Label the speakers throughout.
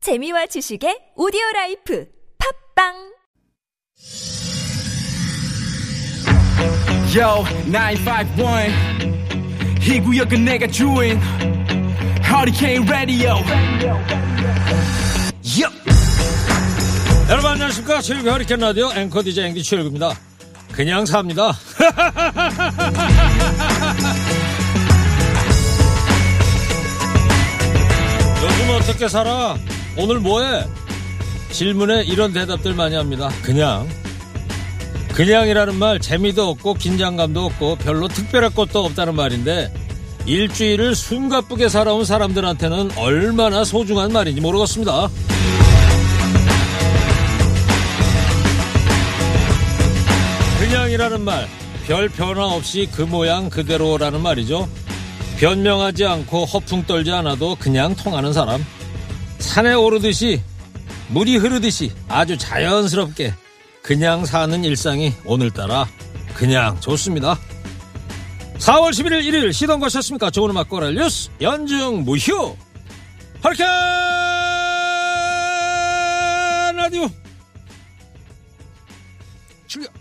Speaker 1: 재미와 지식의 오디오 라이프 팝빵
Speaker 2: Yo, 951. 이 구역은 내가 주인. Hurricane Radio. Yup.
Speaker 3: 여러분 안녕하십니까 최일구 허리케인 라디오 앵커 DJ 앵디 최일구입니다 그냥 삽니다 요즘 어떻게 살아? 오늘 뭐해? 질문에 이런 대답들 많이 합니다 그냥 그냥이라는 말 재미도 없고 긴장감도 없고 별로 특별할 것도 없다는 말인데 일주일을 숨가쁘게 살아온 사람들한테는 얼마나 소중한 말인지 모르겠습니다 그냥이라는 말, 별 변화 없이 그 모양 그대로라는 말이죠. 변명하지 않고 허풍 떨지 않아도 그냥 통하는 사람. 산에 오르듯이, 물이 흐르듯이 아주 자연스럽게 그냥 사는 일상이 오늘따라 그냥 좋습니다. 4월 11일 일요일 시동 거셨습니까? 좋은 음악 꼬랄 뉴스 연중 무휴 허리케인 라디오 출격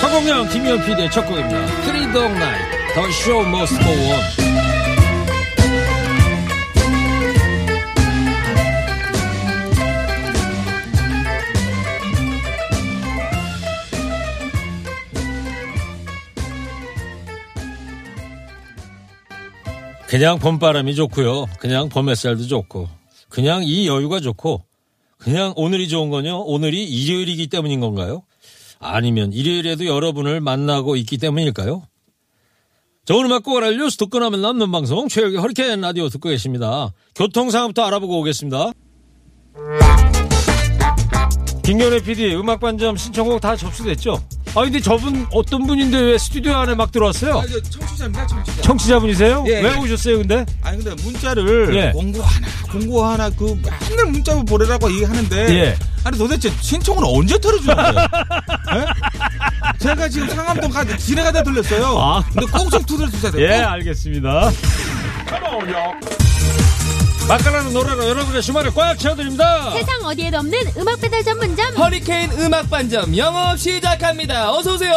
Speaker 3: 서공영 김희연 PD의 첫 곡입니다. 트리동 나이 더 쇼 머스트 고원 그냥 봄바람이 좋고요. 그냥 봄 햇살도 좋고 그냥 이 여유가 좋고 그냥 오늘이 좋은 거요. 오늘이 일요일이기 때문인 건가요? 아니면 일요일에도 여러분을 만나고 있기 때문일까요? 좋은 음악 꼬라 뉴스 듣고 나면 남는 방송 최혁의 허리케인 라디오 듣고 계십니다. 교통 상황부터 알아보고 오겠습니다. 김경래 PD 음악 반점 신청곡 다 접수됐죠? 아 근데 저분 어떤 분인데 왜 스튜디오 안에 막 들어왔어요?
Speaker 4: 아, 저 청취자입니다, 청취자.
Speaker 3: 청취자분이세요?
Speaker 4: 예,
Speaker 3: 왜
Speaker 4: 예.
Speaker 3: 오셨어요 근데?
Speaker 4: 아니 근데 문자를
Speaker 3: 예.
Speaker 4: 공고 하나, 공고 하나 그 맨날 문자로 보내라고 얘기하는데
Speaker 3: 예.
Speaker 4: 아니 도대체 신청은 언제 털어주는 거예요? 예? 제가 지금 상암동 가 지나가다 들렸어요.
Speaker 3: 아.
Speaker 4: 근데 꼭 좀 두드려 주셔야 돼요.
Speaker 3: 예, 알겠습니다. 맛깔나는 노래로 여러분의 주말을 꽉 채워드립니다.
Speaker 5: 세상 어디에도 없는 음악 배달 전문점
Speaker 6: 허리케인 음악 반점 영업 시작합니다. 어서 오세요.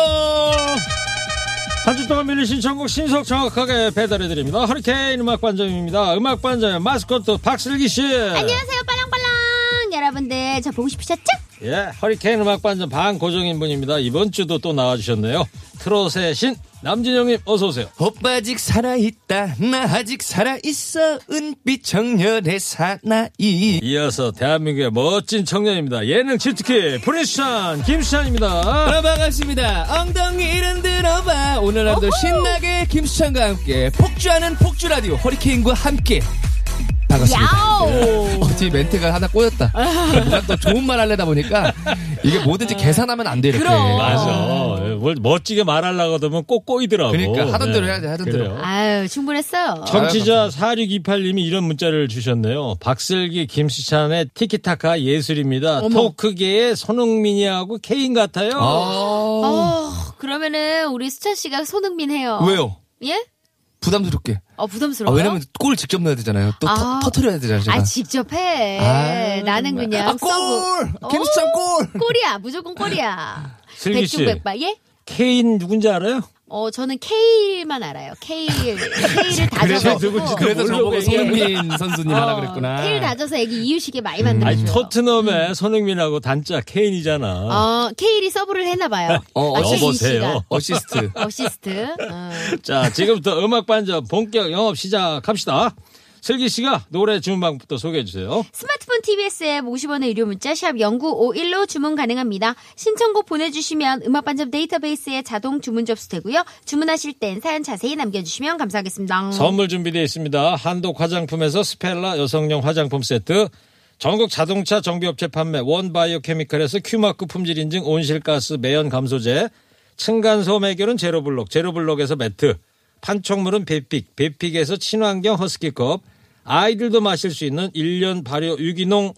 Speaker 3: 한 주 동안 밀린 신청곡 신속 정확하게 배달해드립니다. 허리케인 음악반점입니다. 음악반점의 마스코트 박슬기 씨.
Speaker 5: 안녕하세요 빨랑빨랑 여러분들 저 보고 싶으셨죠?
Speaker 3: 예, 허리케인 음악반점 반고정인 분입니다. 이번 주도 또 나와주셨네요. 트롯의 신 남진영님 어서 오세요.
Speaker 6: 오빠 아직 살아있다. 나 아직 살아있어. 은빛 정열의 사나이.
Speaker 3: 이어서 대한민국의 멋진 청년입니다. 예능 치트키 프리스찬 김수찬입니다.
Speaker 6: 아, 반갑습니다. 엉덩이는 들어봐. 오늘 하루도 신나게 김수찬과 함께 폭주하는 폭주 라디오 허리케인과 함께 반갑습니다.
Speaker 5: 야오
Speaker 6: 어, 뒤에 멘트가 하나 꼬였다. 내가 또 좋은 말 하려다 보니까 이게 뭐든지 계산하면 안 돼, 이렇게.
Speaker 5: 그럼.
Speaker 3: 맞아. 예, 뭘 멋지게 말하려고 하면 꼭 꼬이더라고.
Speaker 6: 그러니까 하던 대로
Speaker 3: 네.
Speaker 6: 해야 돼, 하던
Speaker 3: 그래요.
Speaker 6: 대로.
Speaker 5: 아유 충분했어요
Speaker 3: 청취자 4628님이 이런 문자를 주셨네요. 박슬기 김수찬의 티키타카 예술입니다. 토크계의 손흥민이하고 케인 같아요.
Speaker 6: 아,
Speaker 5: 어, 그러면은 우리 수찬 씨가 손흥민 해요
Speaker 6: 왜요?
Speaker 5: 예?
Speaker 6: 부담스럽게.
Speaker 5: 어
Speaker 6: 아,
Speaker 5: 부담스러워요?
Speaker 6: 왜냐면 골을 직접 넣어야 되잖아요. 또
Speaker 5: 아.
Speaker 6: 터, 터트려야 되잖아요. 제가.
Speaker 5: 아 직접 해
Speaker 6: 아.
Speaker 5: 나는 그냥
Speaker 6: 아, 골!
Speaker 5: 써보-
Speaker 6: 김수찬 골!
Speaker 5: 오, 골이야 무조건 골이야
Speaker 3: 슬기 씨.
Speaker 5: 백중백발 예?
Speaker 3: 케인 누군지 알아요?
Speaker 5: 어 저는 K만 알아요 K K를 다져서 어.
Speaker 6: 그래서 저보고
Speaker 3: 모르고
Speaker 6: 손흥민 선수님
Speaker 3: 어.
Speaker 6: 하라 그랬구나.
Speaker 5: K를 다져서 애기 이유식에 많이 만들어줘요
Speaker 3: 아니, 토트넘의 손흥민하고 단자 케인이잖아.
Speaker 5: 어, 케일이 서브를 했나봐요.
Speaker 6: 어,
Speaker 5: 아침
Speaker 3: 여보세요.
Speaker 5: 이 시간.
Speaker 6: 어시스트.
Speaker 5: 어시스트. 어.
Speaker 3: 자, 지금부터 음악반점 본격 영업 시작합시다. 슬기 씨가 노래 주문방부터 소개해 주세요.
Speaker 5: 스마트폰 TBS 앱 50원의 유료 문자 샵 0951로 주문 가능합니다. 신청곡 보내주시면 음악반점 데이터베이스에 자동 주문 접수되고요. 주문하실 땐 사연 자세히 남겨주시면 감사하겠습니다.
Speaker 3: 음. 선물 준비되어 있습니다. 한독 화장품에서 스펠라 여성용 화장품 세트, 전국 자동차 정비업체 판매 원바이오 케미칼에서 큐마크 품질 인증 온실가스 매연 감소제, 층간소음 해결은 제로블록, 제로블록에서 매트, 판촉물은 베픽, 베픽에서 친환경 허스키컵, 아이들도 마실 수 있는 1년 발효 유기농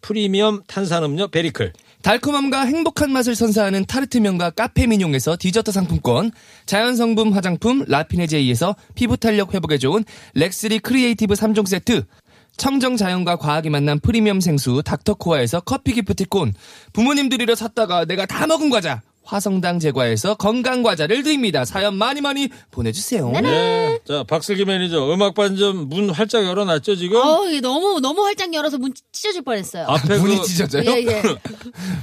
Speaker 3: 프리미엄 탄산음료 베리클,
Speaker 6: 달콤함과 행복한 맛을 선사하는 타르트명과 카페민용에서 디저트 상품권, 자연성분 화장품 라피네제이에서 피부 탄력 회복에 좋은 렉스리 크리에이티브 3종 세트, 청정 자연과 과학이 만난 프리미엄 생수 닥터코아에서 커피 기프티콘, 부모님들이라 샀다가 내가 다 먹은 과자, 화성당 제과에서 건강 과자를 드립니다. 사연 많이 많이 보내주세요.
Speaker 3: 네. 자, 박슬기 매니저, 음악 반점 문 활짝 열어놨죠, 지금?
Speaker 5: 어우, 이게 너무, 너무 활짝 열어서 문 찢어질 뻔했어요.
Speaker 3: 앞에
Speaker 6: 아, 문이
Speaker 3: 그,
Speaker 6: 찢어져요?
Speaker 5: 예, 예.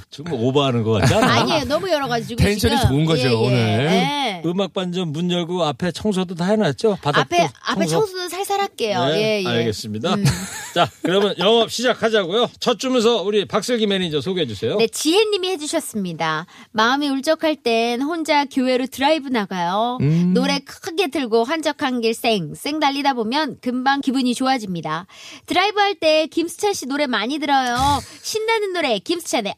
Speaker 3: 지금 오버하는 것 같지 않아?
Speaker 5: 아니에요. 너무 열어가지고.
Speaker 6: 텐션이
Speaker 5: 지금.
Speaker 6: 좋은 거죠, 오늘.
Speaker 5: 예.
Speaker 3: 음악 반점 문 열고 앞에 청소도 다 해놨죠? 바닥도
Speaker 5: 앞에, 앞에 청소는 살살 할게요.
Speaker 3: 네,
Speaker 5: 예, 예.
Speaker 3: 알겠습니다. 자, 그러면 영업 시작하자고요. 첫 주면서 우리 박슬기 매니저 소개해 주세요.
Speaker 5: 네, 지혜님이 해주셨습니다. 마음이 울적할 땐 혼자 교회로 드라이브 나가요.
Speaker 6: 음.
Speaker 5: 노래 크게 틀고 환적한 길 쌩, 쌩 달리다 보면 금방 기분이 좋아집니다. 드라이브 할 때 김수찬 씨 노래 많이 들어요. 신나는 노래, 김수찬의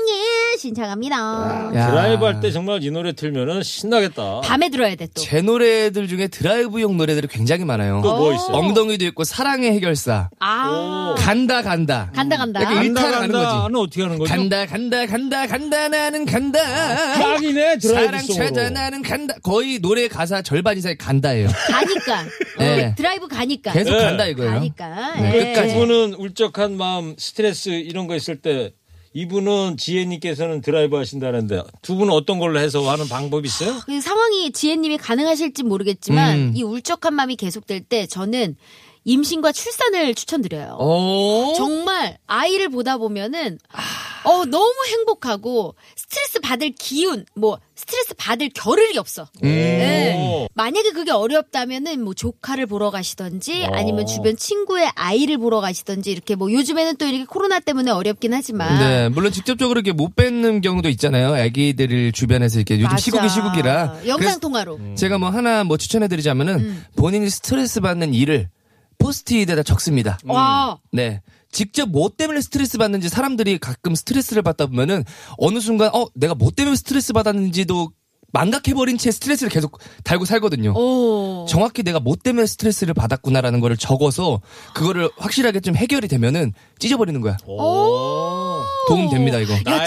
Speaker 5: 엉덩이 신청합니다.
Speaker 6: 야.
Speaker 3: 드라이브 할 때 정말 이 노래 틀면은 신나겠다.
Speaker 5: 밤에 들어야 돼, 또.
Speaker 6: 제 노래들 중에 드라이브용 노래들이 굉장히 많아요.
Speaker 3: 또 뭐 있어요?
Speaker 6: 엉덩이도 있고 사랑의 해결사,
Speaker 5: 아,
Speaker 6: 간다 간다,
Speaker 5: 간다, 간다.
Speaker 6: 약간 일- 일타를 하는 거지.
Speaker 3: 는 어떻게 하는 거죠?
Speaker 6: 간다 간다 간다 간다 나는 간다.
Speaker 3: 딱이네 드라이브
Speaker 6: 사랑
Speaker 3: 송으로.
Speaker 6: 찾아 나는 간다. 거의 노래 가사 절반 이상이 간다예요.
Speaker 5: 가니까.
Speaker 6: 네.
Speaker 5: 어, 드라이브 가니까.
Speaker 6: 계속
Speaker 3: 네.
Speaker 6: 간다 이거예요.
Speaker 5: 가니까.
Speaker 6: 네.
Speaker 5: 예.
Speaker 3: 그 분은 울적한 마음, 스트레스 이런 거 있을 때 이분은 지혜님께서는 드라이브 하신다는데 두 분은 어떤 걸로 해서 하는 방법이 있어요?
Speaker 5: 그 상황이 지혜님이 가능하실지 모르겠지만
Speaker 6: 음.
Speaker 5: 이 울적한 마음이 계속될 때 저는 임신과 출산을 추천드려요.
Speaker 6: 어? 오.
Speaker 5: 정말 아이를 보다 보면은
Speaker 6: 아.
Speaker 5: 어 너무 행복하고 스트레스 받을 기운 뭐 스트레스 받을 겨를이 없어. 네. 만약에 그게 어렵다면은 뭐 조카를 보러
Speaker 6: 어.
Speaker 5: 가시던지 아니면 주변 친구의 아이를 보러 가시던지 이렇게 뭐 요즘에는 또 이렇게 코로나 때문에 어렵긴 하지만
Speaker 6: 네, 물론 직접적으로 이렇게 못 뵙는 경우도 있잖아요. 아기들을 주변에서 이렇게 요즘
Speaker 5: 맞아.
Speaker 6: 시국이 시국이라.
Speaker 5: 영상
Speaker 6: 그래서
Speaker 5: 통화로
Speaker 6: 제가 뭐 하나 뭐 추천해드리자면은 본인이 스트레스 받는 일을 포스트잇에다 적습니다.
Speaker 5: 와
Speaker 6: 네. 직접 뭐 때문에 스트레스 받는지 사람들이 가끔 스트레스를 받다 보면은 어느 순간 어 내가 뭐 때문에 스트레스 받았는지도 망각해버린 채 스트레스를 계속 달고 살거든요.
Speaker 5: 오.
Speaker 6: 정확히 내가 뭐 때문에 스트레스를 받았구나라는 거를 적어서 그거를 확실하게 좀 해결이 되면은 찢어버리는 거야. 도움 됩니다 이거.
Speaker 5: 야,
Speaker 3: 나에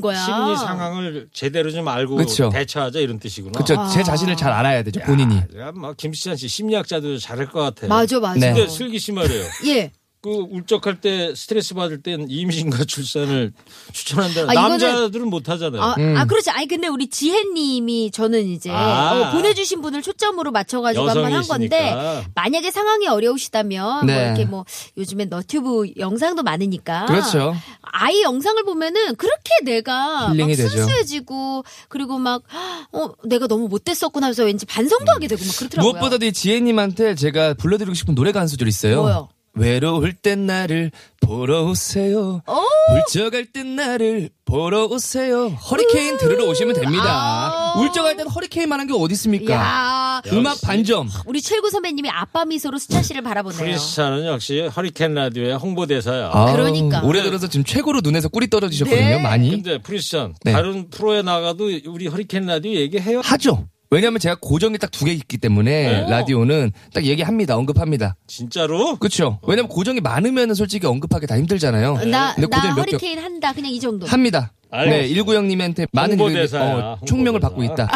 Speaker 3: 대한
Speaker 5: 거야.
Speaker 3: 심리 상황을 제대로 좀 알고
Speaker 6: 그쵸.
Speaker 3: 대처하자 이런 뜻이구나.
Speaker 6: 그렇죠. 제 자신을 잘 알아야 되죠 본인이.
Speaker 3: 내가 막 김수찬 씨 심리학자도 잘할 것 같아.
Speaker 5: 맞아 맞아.
Speaker 6: 네.
Speaker 3: 근데 슬기 씨 말이에요.
Speaker 5: 예.
Speaker 3: 그 울적할 때 스트레스 받을 땐 임신과 출산을 추천한다.
Speaker 5: 아, 이거는-
Speaker 3: 남자들은 못 하잖아요.
Speaker 5: 아,
Speaker 6: 음.
Speaker 5: 아, 그렇지. 아니 근데 우리 지혜님이 저는 이제
Speaker 3: 아.
Speaker 5: 어, 보내주신 분을 초점으로 맞춰가지고 한번 한 건데
Speaker 3: 여성이시니까.
Speaker 5: 만약에 상황이 어려우시다면 뭐
Speaker 6: 네.
Speaker 5: 이렇게 뭐 요즘엔 너튜브 영상도 많으니까
Speaker 6: 그렇죠.
Speaker 5: 아이 영상을 보면은 그렇게 내가 막
Speaker 6: 힐링이 되죠.
Speaker 5: 순수해지고 그리고 막 어 내가 너무 못됐었구나 하면서 왠지 반성도 하게 되고 막 그렇더라고요.
Speaker 6: 무엇보다도 이 지혜님한테 제가 불러드리고 싶은 노래가 한 소절 있어요.
Speaker 5: 뭐요?
Speaker 6: 외로울 땐 나를 보러 오세요. 울적할 땐 나를 보러 오세요. 허리케인 들으러 오시면 됩니다.
Speaker 5: 아우.
Speaker 6: 울적할 땐 허리케인만한 게 어디 있습니까?
Speaker 5: 야
Speaker 6: 음악 반점.
Speaker 5: 우리 최고 선배님이 아빠 미소로 수찬 씨를 바라보네요.
Speaker 3: 크리스찬은 역시 허리케인 라디오의 홍보대사야.
Speaker 5: 그러니까.
Speaker 6: 아우, 올해 들어서 지금 최고로 눈에서 꿀이 떨어지셨거든요.
Speaker 5: 네.
Speaker 6: 많이
Speaker 3: 근데 프리스찬
Speaker 6: 네.
Speaker 3: 다른 프로에 나가도 우리 허리케인 라디오 얘기해요.
Speaker 6: 하죠. 왜냐하면 제가 고정이 딱 두 개 있기 때문에
Speaker 3: 네.
Speaker 6: 라디오는 딱 얘기합니다. 언급합니다.
Speaker 3: 진짜로?
Speaker 6: 그렇죠. 왜냐면 고정이 많으면 솔직히 언급하기 다 힘들잖아요.
Speaker 5: 나,
Speaker 6: 근데
Speaker 5: 나
Speaker 6: 고정이 몇 개.
Speaker 5: 허리케인 한다. 그냥 이 정도.
Speaker 6: 합니다.
Speaker 3: 알겠습니다.
Speaker 6: 네, 일구형님한테 많은
Speaker 3: 홍보대사야,
Speaker 6: 일을- 어,
Speaker 3: 홍보대사.
Speaker 6: 총명을 받고 있다.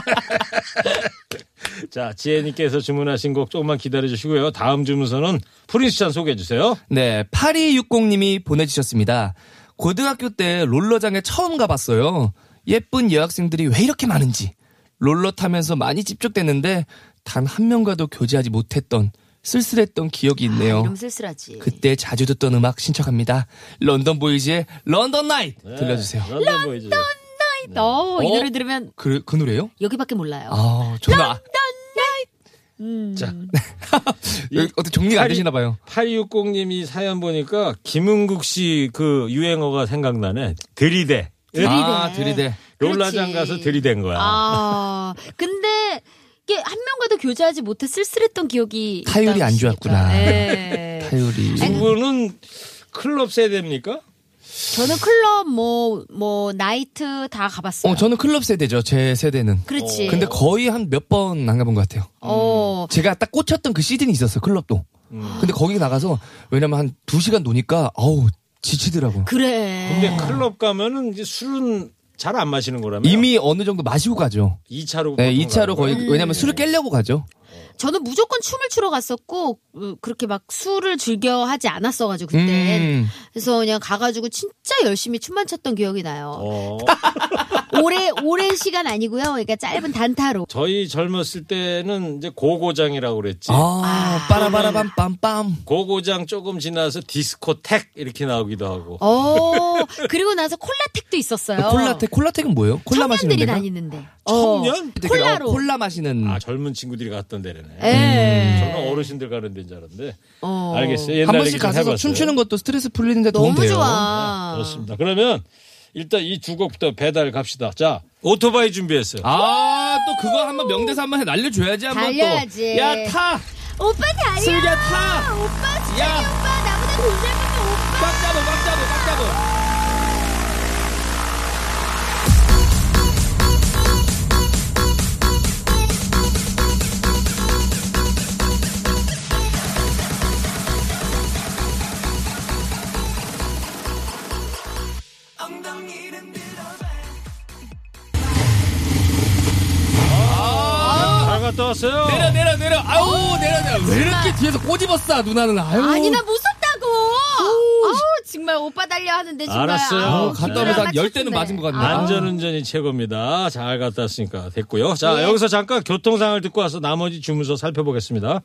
Speaker 3: 자 지혜님께서 주문하신 곡 조금만 기다려 주시고요. 다음 주문서는 프리스찬 소개해 주세요.
Speaker 6: 네, 8260님이 보내주셨습니다. 고등학교 때 롤러장에 처음 가봤어요. 예쁜 여학생들이 왜 이렇게 많은지. 롤러 타면서 많이 집중됐는데 단 한 명과도 교제하지 못했던 쓸쓸했던 기억이 있네요.
Speaker 5: 아, 이러면 쓸쓸하지.
Speaker 6: 그때 자주 듣던 음악 신청합니다. 런던 보이즈의 런던 나이트
Speaker 3: 네.
Speaker 6: 들려주세요.
Speaker 3: 런던 보이즈.
Speaker 5: 어, 이
Speaker 6: 어?
Speaker 5: 노래 들으면
Speaker 6: 그, 그 노래요?
Speaker 5: 여기밖에 몰라요.
Speaker 6: 아, 저는 아,
Speaker 3: 자,
Speaker 6: 어떻게 정리가 안 되시나 봐요.
Speaker 3: 8260님이 사연 보니까 김은국 씨 그 유행어가 생각나네. 들이대.
Speaker 6: 아, 들이대.
Speaker 3: 롤라장
Speaker 5: 그렇지.
Speaker 3: 가서 들이댄 거야.
Speaker 5: 아, 근데 이게 한 명과도 교제하지 못해 쓸쓸했던 기억이
Speaker 6: 타율이
Speaker 5: 있다고
Speaker 6: 안 좋았구나.
Speaker 5: 하시니까.
Speaker 6: 아,
Speaker 5: 네.
Speaker 6: 타율이.
Speaker 3: 두 분은 클럽 세대입니까?
Speaker 5: 저는 클럽 뭐, 뭐, 나이트 다 가봤어요.
Speaker 6: 어, 저는 클럽 세대죠. 제 세대는.
Speaker 5: 그렇지.
Speaker 6: 근데 음. 거의 한 몇 번 안 가본 것 같아요.
Speaker 5: 어,
Speaker 6: 제가 딱
Speaker 3: 음.
Speaker 6: 꽂혔던 그 시즌이 있었어요. 클럽도. 근데 거기 나가서 왜냐면 한 두 시간 노니까 아우 지치더라고.
Speaker 5: 그래.
Speaker 3: 근데 클럽 가면은 이제 술은 잘 안 마시는 거라면
Speaker 6: 이미 어느 정도 마시고 가죠.
Speaker 3: 2차로
Speaker 6: 네, 2차로 거의
Speaker 5: 음.
Speaker 6: 왜냐면 술을 깨려고 가죠.
Speaker 5: 저는 무조건 춤을 추러 갔었고 으, 그렇게 막 술을 즐겨 하지 않았어가지고 그때
Speaker 6: 음.
Speaker 5: 그래서 그냥 가가지고 진짜 열심히 춤만 췄던 기억이
Speaker 6: 어.
Speaker 5: 나요.
Speaker 3: 어,
Speaker 5: 오래 오랜 시간 아니고요. 그러니까 짧은 단타로.
Speaker 3: 저희 젊었을 때는 이제 고고장이라고 그랬지.
Speaker 6: 아, 빠라바라밤빰빰.
Speaker 3: 고고장 조금 지나서 디스코텍 이렇게 나오기도 하고.
Speaker 6: 아.
Speaker 5: 어 그리고 나서 콜라텍도 있었어요.
Speaker 6: 콜라텍, 콜라텍은 뭐예요? 콜라 마시는
Speaker 5: 청년들이
Speaker 6: 데가?
Speaker 5: 다니는데.
Speaker 3: 청년?
Speaker 6: 근데 그-
Speaker 5: 콜라로.
Speaker 6: 어, 콜라 마시는
Speaker 3: 아 젊은 친구들이 갔던 데래네.
Speaker 5: 예.
Speaker 6: 음,
Speaker 3: 저는 어르신들 가는 데인 줄 알았는데.
Speaker 5: 어.
Speaker 3: 알겠어요. 옛날
Speaker 6: 한
Speaker 3: 얘기 좀
Speaker 6: 번씩 가서
Speaker 3: 해봤어요.
Speaker 6: 춤추는 것도 스트레스 풀리는 데 도움
Speaker 5: 너무
Speaker 6: 돼요.
Speaker 5: 좋아.
Speaker 3: 그렇습니다. 그러면 일단 이 두 곡부터 배달 갑시다. 자 오토바이 준비했어요.
Speaker 6: 아, 또 그거 한번 명대사 한번 날려줘야지 한번
Speaker 5: 달려야지.
Speaker 6: 또. 야, 타!
Speaker 5: 오빠 달려.
Speaker 6: 네. 슬기야,
Speaker 1: 아,
Speaker 6: 타!
Speaker 5: 오빠 진짜
Speaker 6: 야,
Speaker 5: 오빠 나보다 돈 잘못 오빠.
Speaker 6: 꽉 잡아, 꽉 잡아, 꽉 잡아.
Speaker 3: 잘 갔다 왔어요.
Speaker 6: 내려, 내려, 내려. 아우, 내려, 내려. 왜 이렇게 뒤에서 꼬집어 싸, 누나는. 아유.
Speaker 5: 아니 나 무섭다고. 아우 정말 오빠 달려 하는데 정말.
Speaker 3: 알았어요.
Speaker 5: 아우,
Speaker 6: 갔다
Speaker 5: 드라마
Speaker 6: 오면서 한열 대는
Speaker 5: 찍혔네.
Speaker 6: 맞은 것 같네.
Speaker 5: 아,
Speaker 3: 안전운전이 최고입니다. 잘 갔다 왔으니까 됐고요. 자
Speaker 6: 네.
Speaker 5: 예.
Speaker 3: 여기서 잠깐 교통상황을 듣고 와서 나머지 주문서 살펴보겠습니다.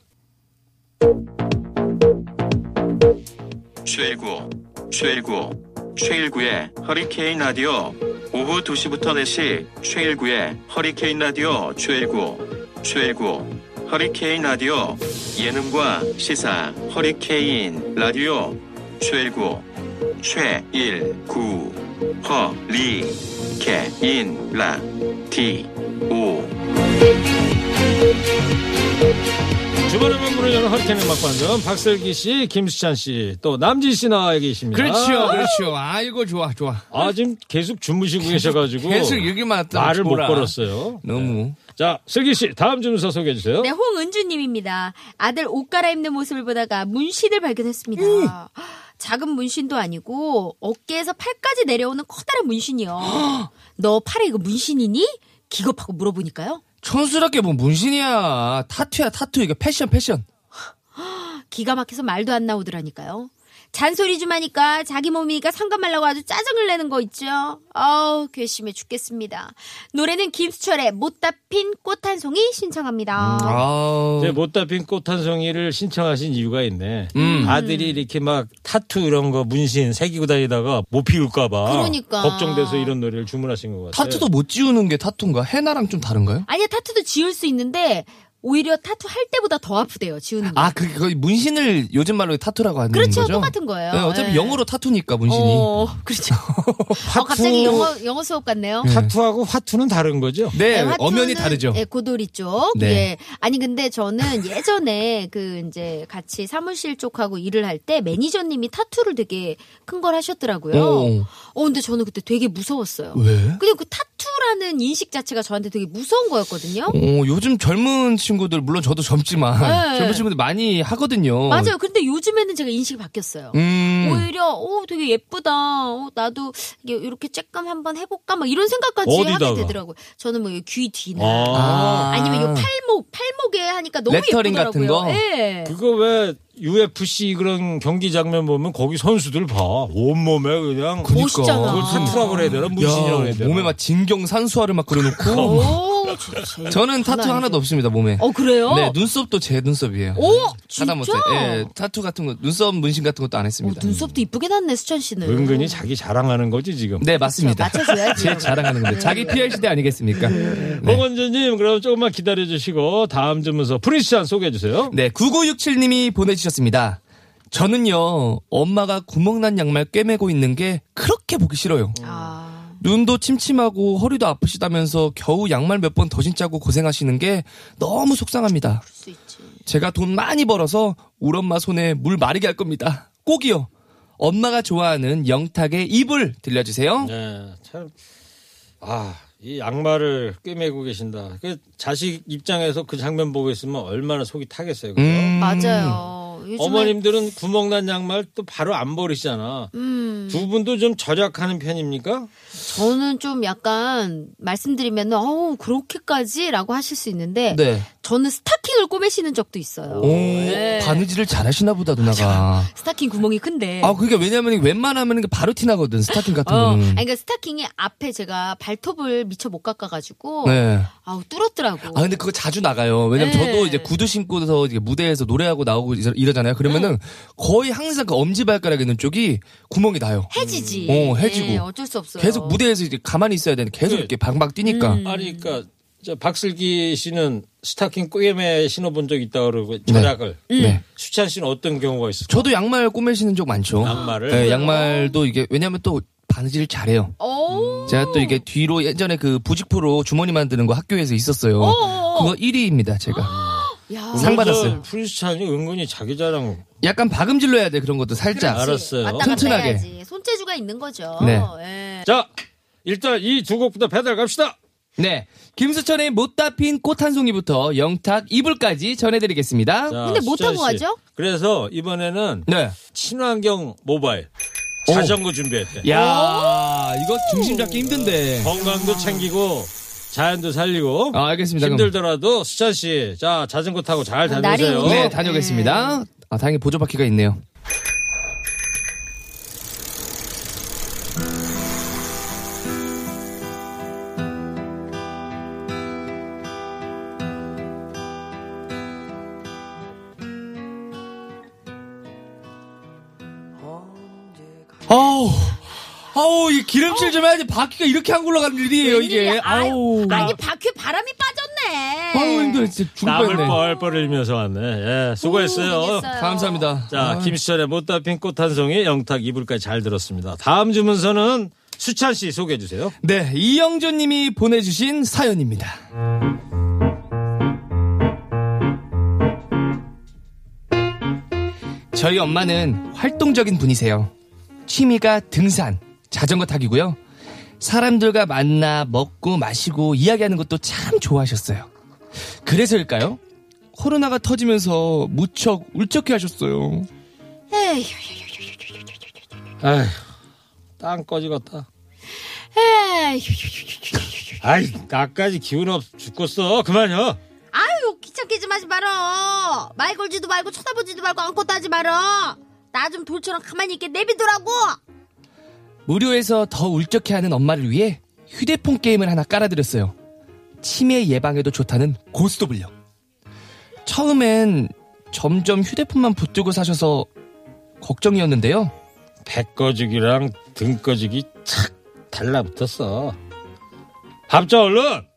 Speaker 7: 최일구, 최일구, 최일구의 허리케인 라디오. 오후 2시부터 4시, 최일구의 허리케인 라디오, 최일구, 최일구, 허리케인 라디오. 예능과 시사, 허리케인 라디오, 최일구, 최일구, 허리케인 라디오.
Speaker 3: 주말에만 부르는 허리케인 음악 반전 박슬기 씨, 김수찬 씨, 또 남진 씨 나와 계십니다.
Speaker 6: 그렇죠, 그렇죠. 아이고, 좋아, 좋아.
Speaker 3: 아 지금 계속 주무시고 계셔가지고
Speaker 6: 계속 여기만 왔다.
Speaker 3: 말을 못
Speaker 6: 줘라.
Speaker 3: 걸었어요.
Speaker 6: 너무.
Speaker 3: 자 슬기 씨 다음 주문서 소개해 주세요.
Speaker 5: 네, 홍은주님입니다. 아들 옷 갈아입는 모습을 보다가 문신을 발견했습니다.
Speaker 6: 음.
Speaker 5: 작은 문신도 아니고 어깨에서 팔까지 내려오는 커다란 문신이요. 너 팔에 이거 문신이니? 기겁하고 물어보니까요.
Speaker 6: 촌스럽게 뭐 문신이야. 타투야, 타투. 이게 패션, 패션.
Speaker 5: 기가 막혀서 말도 안 나오더라니까요. 잔소리 좀 하니까 자기 몸이니까 상관 말라고 아주 짜증을 내는 거 있죠. 아우 괘씸해 죽겠습니다. 노래는 김수철의 못다 핀 꽃 한 송이 신청합니다.
Speaker 6: 음, 아우.
Speaker 3: 이제 못다 핀 꽃 한 송이를 신청하신 이유가 있네.
Speaker 6: 음.
Speaker 3: 아들이
Speaker 5: 음.
Speaker 3: 이렇게 막 타투 이런 거 문신 새기고 다니다가 못 피울까봐
Speaker 5: 그러니까.
Speaker 3: 걱정돼서 이런 노래를 주문하신 것 같아요.
Speaker 6: 타투도 못 지우는 게 타투인가? 헤나랑 좀 다른가요?
Speaker 5: 아니야 타투도 지울 수 있는데 오히려 타투 할 때보다 더 아프대요 지우는 게.
Speaker 6: 아, 그게 거의 문신을 요즘 말로 타투라고 하는
Speaker 5: 그렇죠,
Speaker 6: 거죠?
Speaker 5: 똑같은 거예요.
Speaker 6: 네, 어차피
Speaker 5: 네.
Speaker 6: 영어로 타투니까 문신이.
Speaker 5: 어, 그렇죠. 어, 갑자기 영어 영어 수업 같네요.
Speaker 3: 음. 타투하고 화투는 다른 거죠?
Speaker 6: 네,
Speaker 5: 네, 화투는,
Speaker 6: 엄연히 다르죠.
Speaker 5: 예, 고도리 쪽.
Speaker 6: 네.
Speaker 5: 예. 아니 근데 저는 예전에 그 이제 같이 사무실 쪽하고 일을 할 때 매니저님이 타투를 되게 큰 걸 하셨더라고요.
Speaker 6: 오.
Speaker 5: 어 근데 저는 그때 되게 무서웠어요.
Speaker 6: 왜?
Speaker 5: 그냥 그 타투라는 인식 자체가 저한테 되게 무서운 거였거든요.
Speaker 6: 어, 요즘 젊은 친구들 물론 저도 젊지만
Speaker 5: 네.
Speaker 6: 젊은 친구들 많이 하거든요.
Speaker 5: 맞아요. 뭐, 근데 요즘에는 제가 인식이 바뀌었어요.
Speaker 6: 음.
Speaker 5: 오히려 오 되게 예쁘다. 어, 나도 이게 이렇게 쬐끔 한번 해볼까 막 이런 생각까지
Speaker 3: 어디다가?
Speaker 5: 하게 되더라고요. 저는 뭐 귀 뒤나
Speaker 3: 아.
Speaker 5: 아. 니면요 팔목 팔목에 하니까 너무
Speaker 6: 레터링 같은
Speaker 5: 예쁘더라고요.
Speaker 6: 거?
Speaker 5: 예.
Speaker 3: 그거 왜 UFC 그런 경기 장면 보면 거기 선수들 봐. 온몸에 그냥
Speaker 6: 그러니까.
Speaker 5: 멋있잖아.
Speaker 3: 그걸 타투라고 그래야 되나? 문신이라고
Speaker 6: 야,
Speaker 3: 해야 되나?
Speaker 6: 몸에 막 진경 산수화를 막 그려놓고
Speaker 5: 오, 진짜.
Speaker 6: 저는 타투
Speaker 5: 어? 장난
Speaker 6: 하나도 없습니다 몸에.
Speaker 5: 어 그래요?
Speaker 6: 네 눈썹도 제 눈썹이에요.
Speaker 5: 오 진짜.
Speaker 6: 하다 못해 예, 타투 같은 거 눈썹 문신 같은 것도
Speaker 5: 오,
Speaker 6: 안 했습니다.
Speaker 5: 눈썹도 이쁘게 났네 수천 씨는. 음.
Speaker 3: 은근히 자기 자랑하는 거지 지금.
Speaker 6: 네 맞습니다.
Speaker 5: 맞춰줘야지. 네.
Speaker 6: 제 자랑하는 건데 자기 PR 시대 아니겠습니까? 네.
Speaker 3: 홍원주님 그럼 조금만 기다려주시고 다음 주문서 프리스찬 소개해주세요.
Speaker 6: 네, 9967님이 보내주셨습니다. 저는요, 엄마가 구멍난 양말 꿰매고 있는 게 그렇게 보기 싫어요.
Speaker 5: 아,
Speaker 6: 눈도 침침하고 허리도 아프시다면서 겨우 양말 몇 번 더 신자고 고생하시는 게 너무 속상합니다.
Speaker 5: 그럴 수 있지.
Speaker 6: 제가 돈 많이 벌어서 우리 엄마 손에 물 마르게 할 겁니다. 꼭이요. 엄마가 좋아하는 영탁의 입을 들려주세요.
Speaker 3: 네, 참. 아, 이 양말을 꿰매고 계신다. 그 자식 입장에서 그 장면 보고 있으면 얼마나 속이 타겠어요. 그죠?
Speaker 6: 음.
Speaker 5: 맞아요. 요즘에
Speaker 3: 어머님들은 구멍난 양말 또 바로 안 버리시잖아.
Speaker 5: 음.
Speaker 3: 두 분도 좀 절약하는 편입니까?
Speaker 5: 저는 좀 약간 말씀드리면 어우 그렇게까지라고 하실 수 있는데
Speaker 6: 네.
Speaker 5: 저는 스타킹을 꼬매시는 적도 있어요.
Speaker 6: 오,
Speaker 5: 네. 아,
Speaker 6: 바느질을 잘하시나 보다 누나가.
Speaker 5: 스타킹 구멍이 큰데.
Speaker 6: 아, 그게 왜냐면 웬만하면 바로 티나거든 스타킹 같은
Speaker 5: 어, 아니,
Speaker 6: 거는.
Speaker 5: 그러니까 스타킹이 앞에 제가 발톱을 미처 못 깎아가지고
Speaker 6: 네.
Speaker 5: 아우 뚫었더라고.
Speaker 6: 아 근데 그거 자주 나가요. 왜냐면
Speaker 5: 네.
Speaker 6: 저도 이제 구두 신고서 이제 무대에서 노래하고 나오고 이러- 이러잖아요. 그러면은 거의 항상 그 엄지 발가락 있는 쪽이 구멍이 나요.
Speaker 5: 해지지.
Speaker 6: 음. 어, 해지고.
Speaker 5: 네, 어쩔 수 없어요.
Speaker 6: 계속 무대에서 이제 가만히 있어야 되는데 계속
Speaker 3: 네.
Speaker 6: 이렇게 방방 뛰니까.
Speaker 5: 음.
Speaker 3: 아니, 그러니까 저 박슬기 씨는 스타킹 꾸에매 신어본 적 있다 그러고 절약을.
Speaker 6: 네.
Speaker 5: 음.
Speaker 3: 수찬 씨는 어떤 경우가 있어요?
Speaker 6: 저도 양말 꾸매시는 적 많죠.
Speaker 3: 양말을?
Speaker 6: 네, 양말도 이게 왜냐면 또 바느질 을 잘해요.
Speaker 5: 어.
Speaker 6: 제가 또 이게 뒤로 예전에 그 부직포로 주머니 만드는 거 학교에서 있었어요. 그거 1위입니다,
Speaker 5: 아.
Speaker 6: 제가.
Speaker 5: 야.
Speaker 6: 상 받았어요.
Speaker 3: 프리스찬이 은근히 자기 자랑.
Speaker 6: 약간 박음질로 해야 돼, 그런 것도 살짝.
Speaker 3: 알았어요.
Speaker 5: 왔다 갔다
Speaker 6: 튼튼하게.
Speaker 5: 해야지. 손재주가 있는 거죠.
Speaker 6: 네.
Speaker 5: 예.
Speaker 3: 자, 일단 이 두 곡부터 배달 갑시다.
Speaker 6: 네. 김수천의 못다 핀 꽃 한 송이부터 영탁 이불까지 전해드리겠습니다.
Speaker 3: 자,
Speaker 5: 근데 못
Speaker 3: 아, 수찬
Speaker 5: 하고
Speaker 3: 씨.
Speaker 5: 가죠?
Speaker 3: 그래서 이번에는
Speaker 6: 네.
Speaker 3: 친환경 모바일 자전거 준비했대.
Speaker 6: 야 이거 중심 잡기 힘든데.
Speaker 3: 건강도 챙기고 자연도 살리고
Speaker 6: 아, 알겠습니다. 그럼.
Speaker 3: 힘들더라도 수찬 씨, 자 자전거 타고 잘
Speaker 5: 아,
Speaker 3: 다니세요.
Speaker 5: 날이
Speaker 6: 네, 다녀오겠습니다. 아, 다행히 보조바퀴가 있네요. 아우, 아우, 이 기름칠 좀 해야지 바퀴가 이렇게 안 굴러가는 일이에요, 이게.
Speaker 5: 웬일이야? 아유,
Speaker 6: 아우.
Speaker 5: 아니 바퀴에 바람이 빠졌네.
Speaker 6: 아우, 힘들어. 진짜 죽을
Speaker 3: 땀을
Speaker 6: 뻔했네.
Speaker 3: 뻘뻘 흘리면서 왔네. 예,
Speaker 5: 오,
Speaker 3: 수고했어요.
Speaker 5: 알겠어요.
Speaker 6: 감사합니다.
Speaker 3: 자, 김수철의 못다 핀 꽃 한 송이 영탁 이불까지 잘 들었습니다. 다음 주문서는 수찬 씨 소개해 주세요.
Speaker 6: 네, 이영조 님이 보내주신 사연입니다. 저희 엄마는 활동적인 분이세요. 취미가 등산, 자전거 타기고요. 사람들과 만나 먹고 마시고 이야기하는 것도 참 좋아하셨어요. 그래서일까요? 코로나가 터지면서 무척 울적해 하셨어요.
Speaker 5: 에휴,
Speaker 3: 아휴, 땅 꺼지겠다.
Speaker 5: 에휴.
Speaker 3: 아이, 나까지 기운 없 죽겠어. 그만요.
Speaker 5: 아유 귀찮게 좀 하지 말어. 말 걸지도 말고 쳐다보지도 말고 아무것도 하지 말어. 나 좀 돌처럼 가만히 있게 내비두라고.
Speaker 6: 무료에서 더 울적해 하는 엄마를 위해 휴대폰 게임을 하나 깔아드렸어요. 치매 예방에도 좋다는 고스톱을요. 처음엔 점점 휴대폰만 붙들고 사셔서 걱정이었는데요.
Speaker 3: 배 꺼지기랑 등 꺼지기 착 달라붙었어. 밥자 얼른.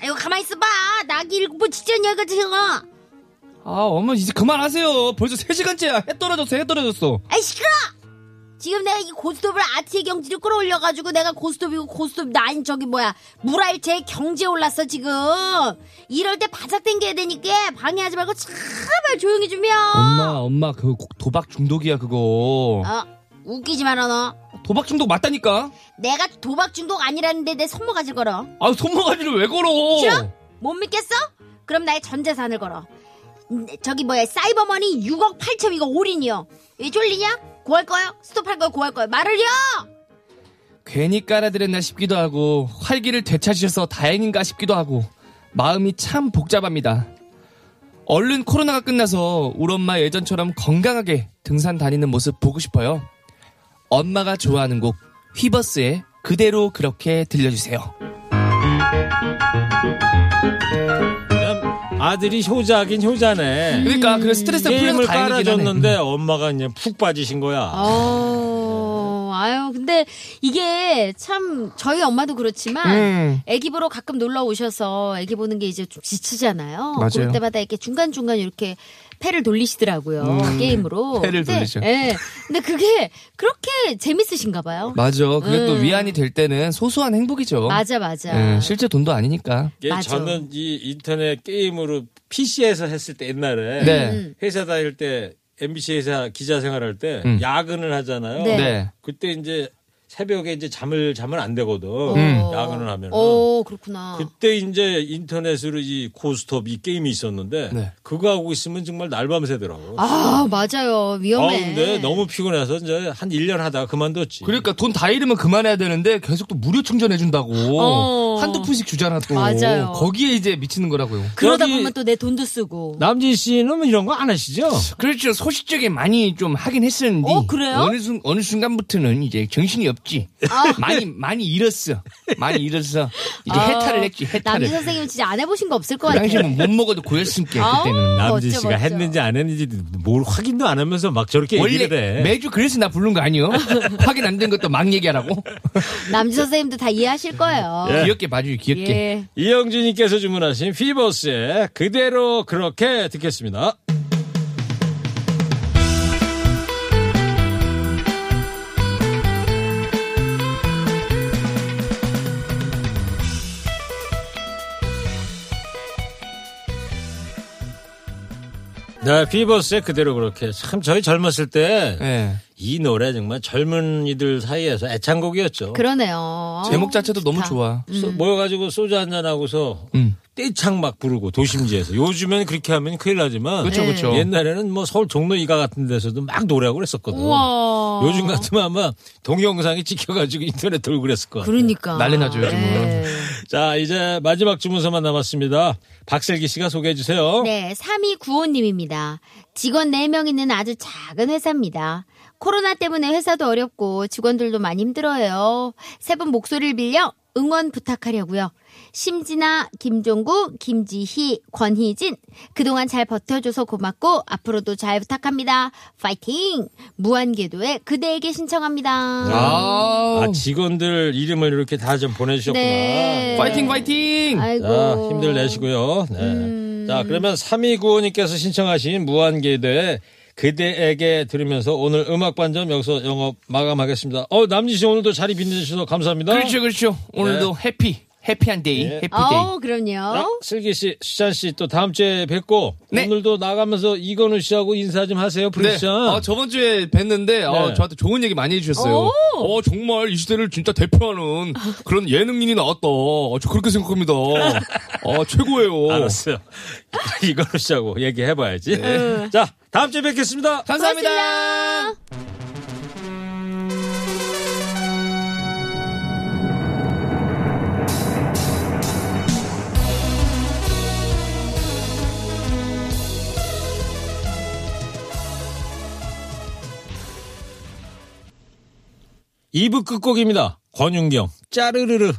Speaker 5: 아유 가만히 있어봐. 나기 일곱 직전 여기까지 형아.
Speaker 6: 아, 어머, 이제 그만하세요. 벌써 3시간째야. 해 떨어졌어, 해 떨어졌어.
Speaker 5: 아이 시끄러. 지금 내가 이 고스톱을 아트의 경지로 끌어올려가지고 내가 고스톱이고 고스톱 나인 저기 뭐야 물알제 경지에 올랐어 지금. 이럴 때 바짝 당겨야 되니까 방해하지 말고 제발 조용히 좀 해.
Speaker 6: 엄마, 엄마, 그 도박 중독이야, 그거.
Speaker 5: 어 웃기지 마라 너.
Speaker 6: 도박 중독 맞다니까?
Speaker 5: 내가 도박 중독 아니라는데 내 손모가지 걸어.
Speaker 6: 아, 손모가지를 왜 걸어?
Speaker 5: 싫어? 못 믿겠어? 그럼 나의 전 재산을 걸어. 음, 저기 뭐야 사이버머니 6억 8천 이거 올인이요. 이 쫄리냐? 구할 거요? 스톱할 거요? 구할 거요? 말을 요!
Speaker 6: 괜히 깔아드렸나 싶기도 하고 활기를 되찾으셔서 다행인가 싶기도 하고 마음이 참 복잡합니다. 얼른 코로나가 끝나서 우리 엄마 예전처럼 건강하게 등산 다니는 모습 보고 싶어요. 엄마가 좋아하는 곡 휘버스의 그대로 그렇게 들려주세요.
Speaker 3: 그냥 아들이 효자긴 효자네.
Speaker 6: 그러니까 그 스트레스
Speaker 3: 음,
Speaker 6: 풀려서
Speaker 3: 게임을
Speaker 6: 다행이긴 하네. 아,
Speaker 3: 깔아줬는데 엄마가 이제 푹 빠지신 거야.
Speaker 5: 어, 아유, 근데 이게 참 저희 엄마도 그렇지만
Speaker 6: 음.
Speaker 5: 애기 보러 가끔 놀러 오셔서 애기 보는 게 이제 좀 지치잖아요.
Speaker 6: 맞아요.
Speaker 5: 그럴 때마다 이렇게 중간중간 이렇게 패를 돌리시더라고요. 게임으로.
Speaker 6: 음. 패를
Speaker 5: 근데,
Speaker 6: 돌리죠.
Speaker 5: 예. 근데 그게 그렇게 재밌으신가 봐요.
Speaker 6: 맞아. 그게 또
Speaker 5: 음.
Speaker 6: 위안이 될 때는 소소한 행복이죠.
Speaker 5: 맞아, 맞아.
Speaker 6: 예, 실제 돈도 아니니까.
Speaker 3: 예,
Speaker 5: 맞아.
Speaker 3: 저는 이 인터넷 게임으로 PC에서 했을 때 옛날에
Speaker 6: 네.
Speaker 3: 회사 다닐 때 MBC 회사 기자 생활할 때
Speaker 6: 음.
Speaker 3: 야근을 하잖아요.
Speaker 5: 네.
Speaker 6: 네.
Speaker 3: 그때 이제 새벽에 이제 잠을 자면 안 되거든.
Speaker 6: 음.
Speaker 3: 야근을 하면.
Speaker 5: 어, 그렇구나.
Speaker 3: 그때 이제 인터넷으로 이 고스톱 이 게임이 있었는데
Speaker 6: 네.
Speaker 3: 그거 하고 있으면 정말 날밤 새더라고.
Speaker 5: 아, 맞아요.
Speaker 3: 아,
Speaker 5: 위험해.
Speaker 3: 근데 너무 피곤해서 이제 한 1년 하다가 그만뒀지.
Speaker 6: 그러니까 돈 다 잃으면 그만해야 되는데 계속 또 무료 충전해준다고
Speaker 5: 어.
Speaker 6: 한두 푼씩 주잖아 또
Speaker 5: 맞아요.
Speaker 6: 거기에 이제 미치는 거라고요.
Speaker 5: 그러다
Speaker 3: 여기-
Speaker 5: 보면 또 내 돈도 쓰고.
Speaker 3: 남진 씨는 뭐 이런 거 안 하시죠?
Speaker 6: 그렇죠. 소식적에 많이 좀 하긴 했었는데.
Speaker 5: 어, 그래요?
Speaker 6: 어느, 순, 어느 순간부터는 이제 정신이 없지. 많이, 많이 잃었어. 많이 잃었어. 이제
Speaker 5: 아,
Speaker 6: 해탈을 했지,
Speaker 5: 남진
Speaker 6: 해탈을.
Speaker 5: 선생님 진짜 안 해보신 거 없을 것
Speaker 6: 그 당시에
Speaker 5: 같아요.
Speaker 6: 뭐못 먹어도 고였으니까, 그때는.
Speaker 5: 아우,
Speaker 3: 남진
Speaker 5: 멋져,
Speaker 3: 씨가
Speaker 5: 멋져.
Speaker 3: 했는지 안 했는지 뭘 확인도 안 하면서 막 저렇게
Speaker 6: 원래
Speaker 3: 얘기를 해.
Speaker 6: 매주 그래서 나 부른 거 아니요? 확인 안 된 것도 막 얘기하라고?
Speaker 5: 남진 선생님도 다 이해하실 거예요.
Speaker 6: 귀엽게 봐주요 귀엽게.
Speaker 5: 예.
Speaker 3: 이영준님께서 주문하신 피버스의 그대로 그렇게 듣겠습니다. 네, 피버스의 그대로 그렇게. 참, 저희 젊었을 때,
Speaker 6: 예.
Speaker 3: 이 노래 정말 젊은이들 사이에서
Speaker 5: 그렇죠.
Speaker 3: 애창곡이었죠.
Speaker 5: 그러네요.
Speaker 6: 제목 자체도 너무
Speaker 5: 어, 좋다.
Speaker 6: 좋아.
Speaker 3: 소-
Speaker 5: 음.
Speaker 3: 모여가지고 소주 한잔 하고서
Speaker 6: 음.
Speaker 3: 떼창 막 부르고 도심지에서 요즘엔 그렇게 하면 큰일 나지만
Speaker 6: 그쵸, 그쵸.
Speaker 3: 옛날에는 뭐 서울 종로 이가 같은 데서도 막 노래하고 그랬었거든.
Speaker 5: 우와.
Speaker 3: 요즘 같으면 아마 동영상이 찍혀가지고 인터넷 돌고 그랬을 거야.
Speaker 5: 그러니까.
Speaker 6: 난리 나죠, 요즘은.
Speaker 5: 예.
Speaker 3: 자 이제 마지막 주문서만 남았습니다. 박슬기 씨가 소개해 주세요.
Speaker 5: 네, 3295님입니다. 직원 4명 있는 아주 작은 회사입니다. 코로나 때문에 회사도 어렵고 직원들도 많이 힘들어요. 세 분 목소리를 빌려 응원 부탁하려고요. 심진아, 김종구, 김지희, 권희진. 그동안 잘 버텨줘서 고맙고 앞으로도 잘 부탁합니다. 파이팅! 무한궤도에 그대에게 신청합니다.
Speaker 6: 아,
Speaker 3: 아 직원들 이름을 이렇게 다 좀 보내주셨구나.
Speaker 5: 네.
Speaker 6: 파이팅, 파이팅!
Speaker 5: 아이고. 음.
Speaker 3: 자, 힘들 내시고요. 네. 자, 그러면 3295님께서 신청하신 무한계대 그대에게 들으면서 오늘 음악반점 여기서 영업 마감하겠습니다. 어, 남진 씨 오늘도 자리 빛내주셔서 감사합니다.
Speaker 6: 그렇죠, 그렇죠.
Speaker 3: 네.
Speaker 6: 오늘도 해피, 해피한 데이, 해피데이.
Speaker 5: 어,
Speaker 3: 자,
Speaker 5: 그럼요.
Speaker 3: 슬기 씨, 수찬 씨 또 다음 주에 뵙고
Speaker 6: 네.
Speaker 3: 오늘도 나가면서 이건우 씨하고 인사 좀 하세요,
Speaker 6: 네.
Speaker 3: 프리션.
Speaker 6: 아, 저번 주에 뵀는데 어,
Speaker 3: 네.
Speaker 6: 저한테 좋은 얘기 많이 해주셨어요.
Speaker 5: 오!
Speaker 6: 어, 정말 이 시대를 진짜 대표하는 그런 예능인이 나왔다. 어, 저 그렇게 생각합니다. 어, 최고예요.
Speaker 3: 알았어요. 이건우 씨하고 얘기해봐야지.
Speaker 5: 네.
Speaker 3: 자, 다음 주에 뵙겠습니다.
Speaker 6: 감사합니다.
Speaker 3: 이부 끝곡입니다. 권윤경, 짜르르르.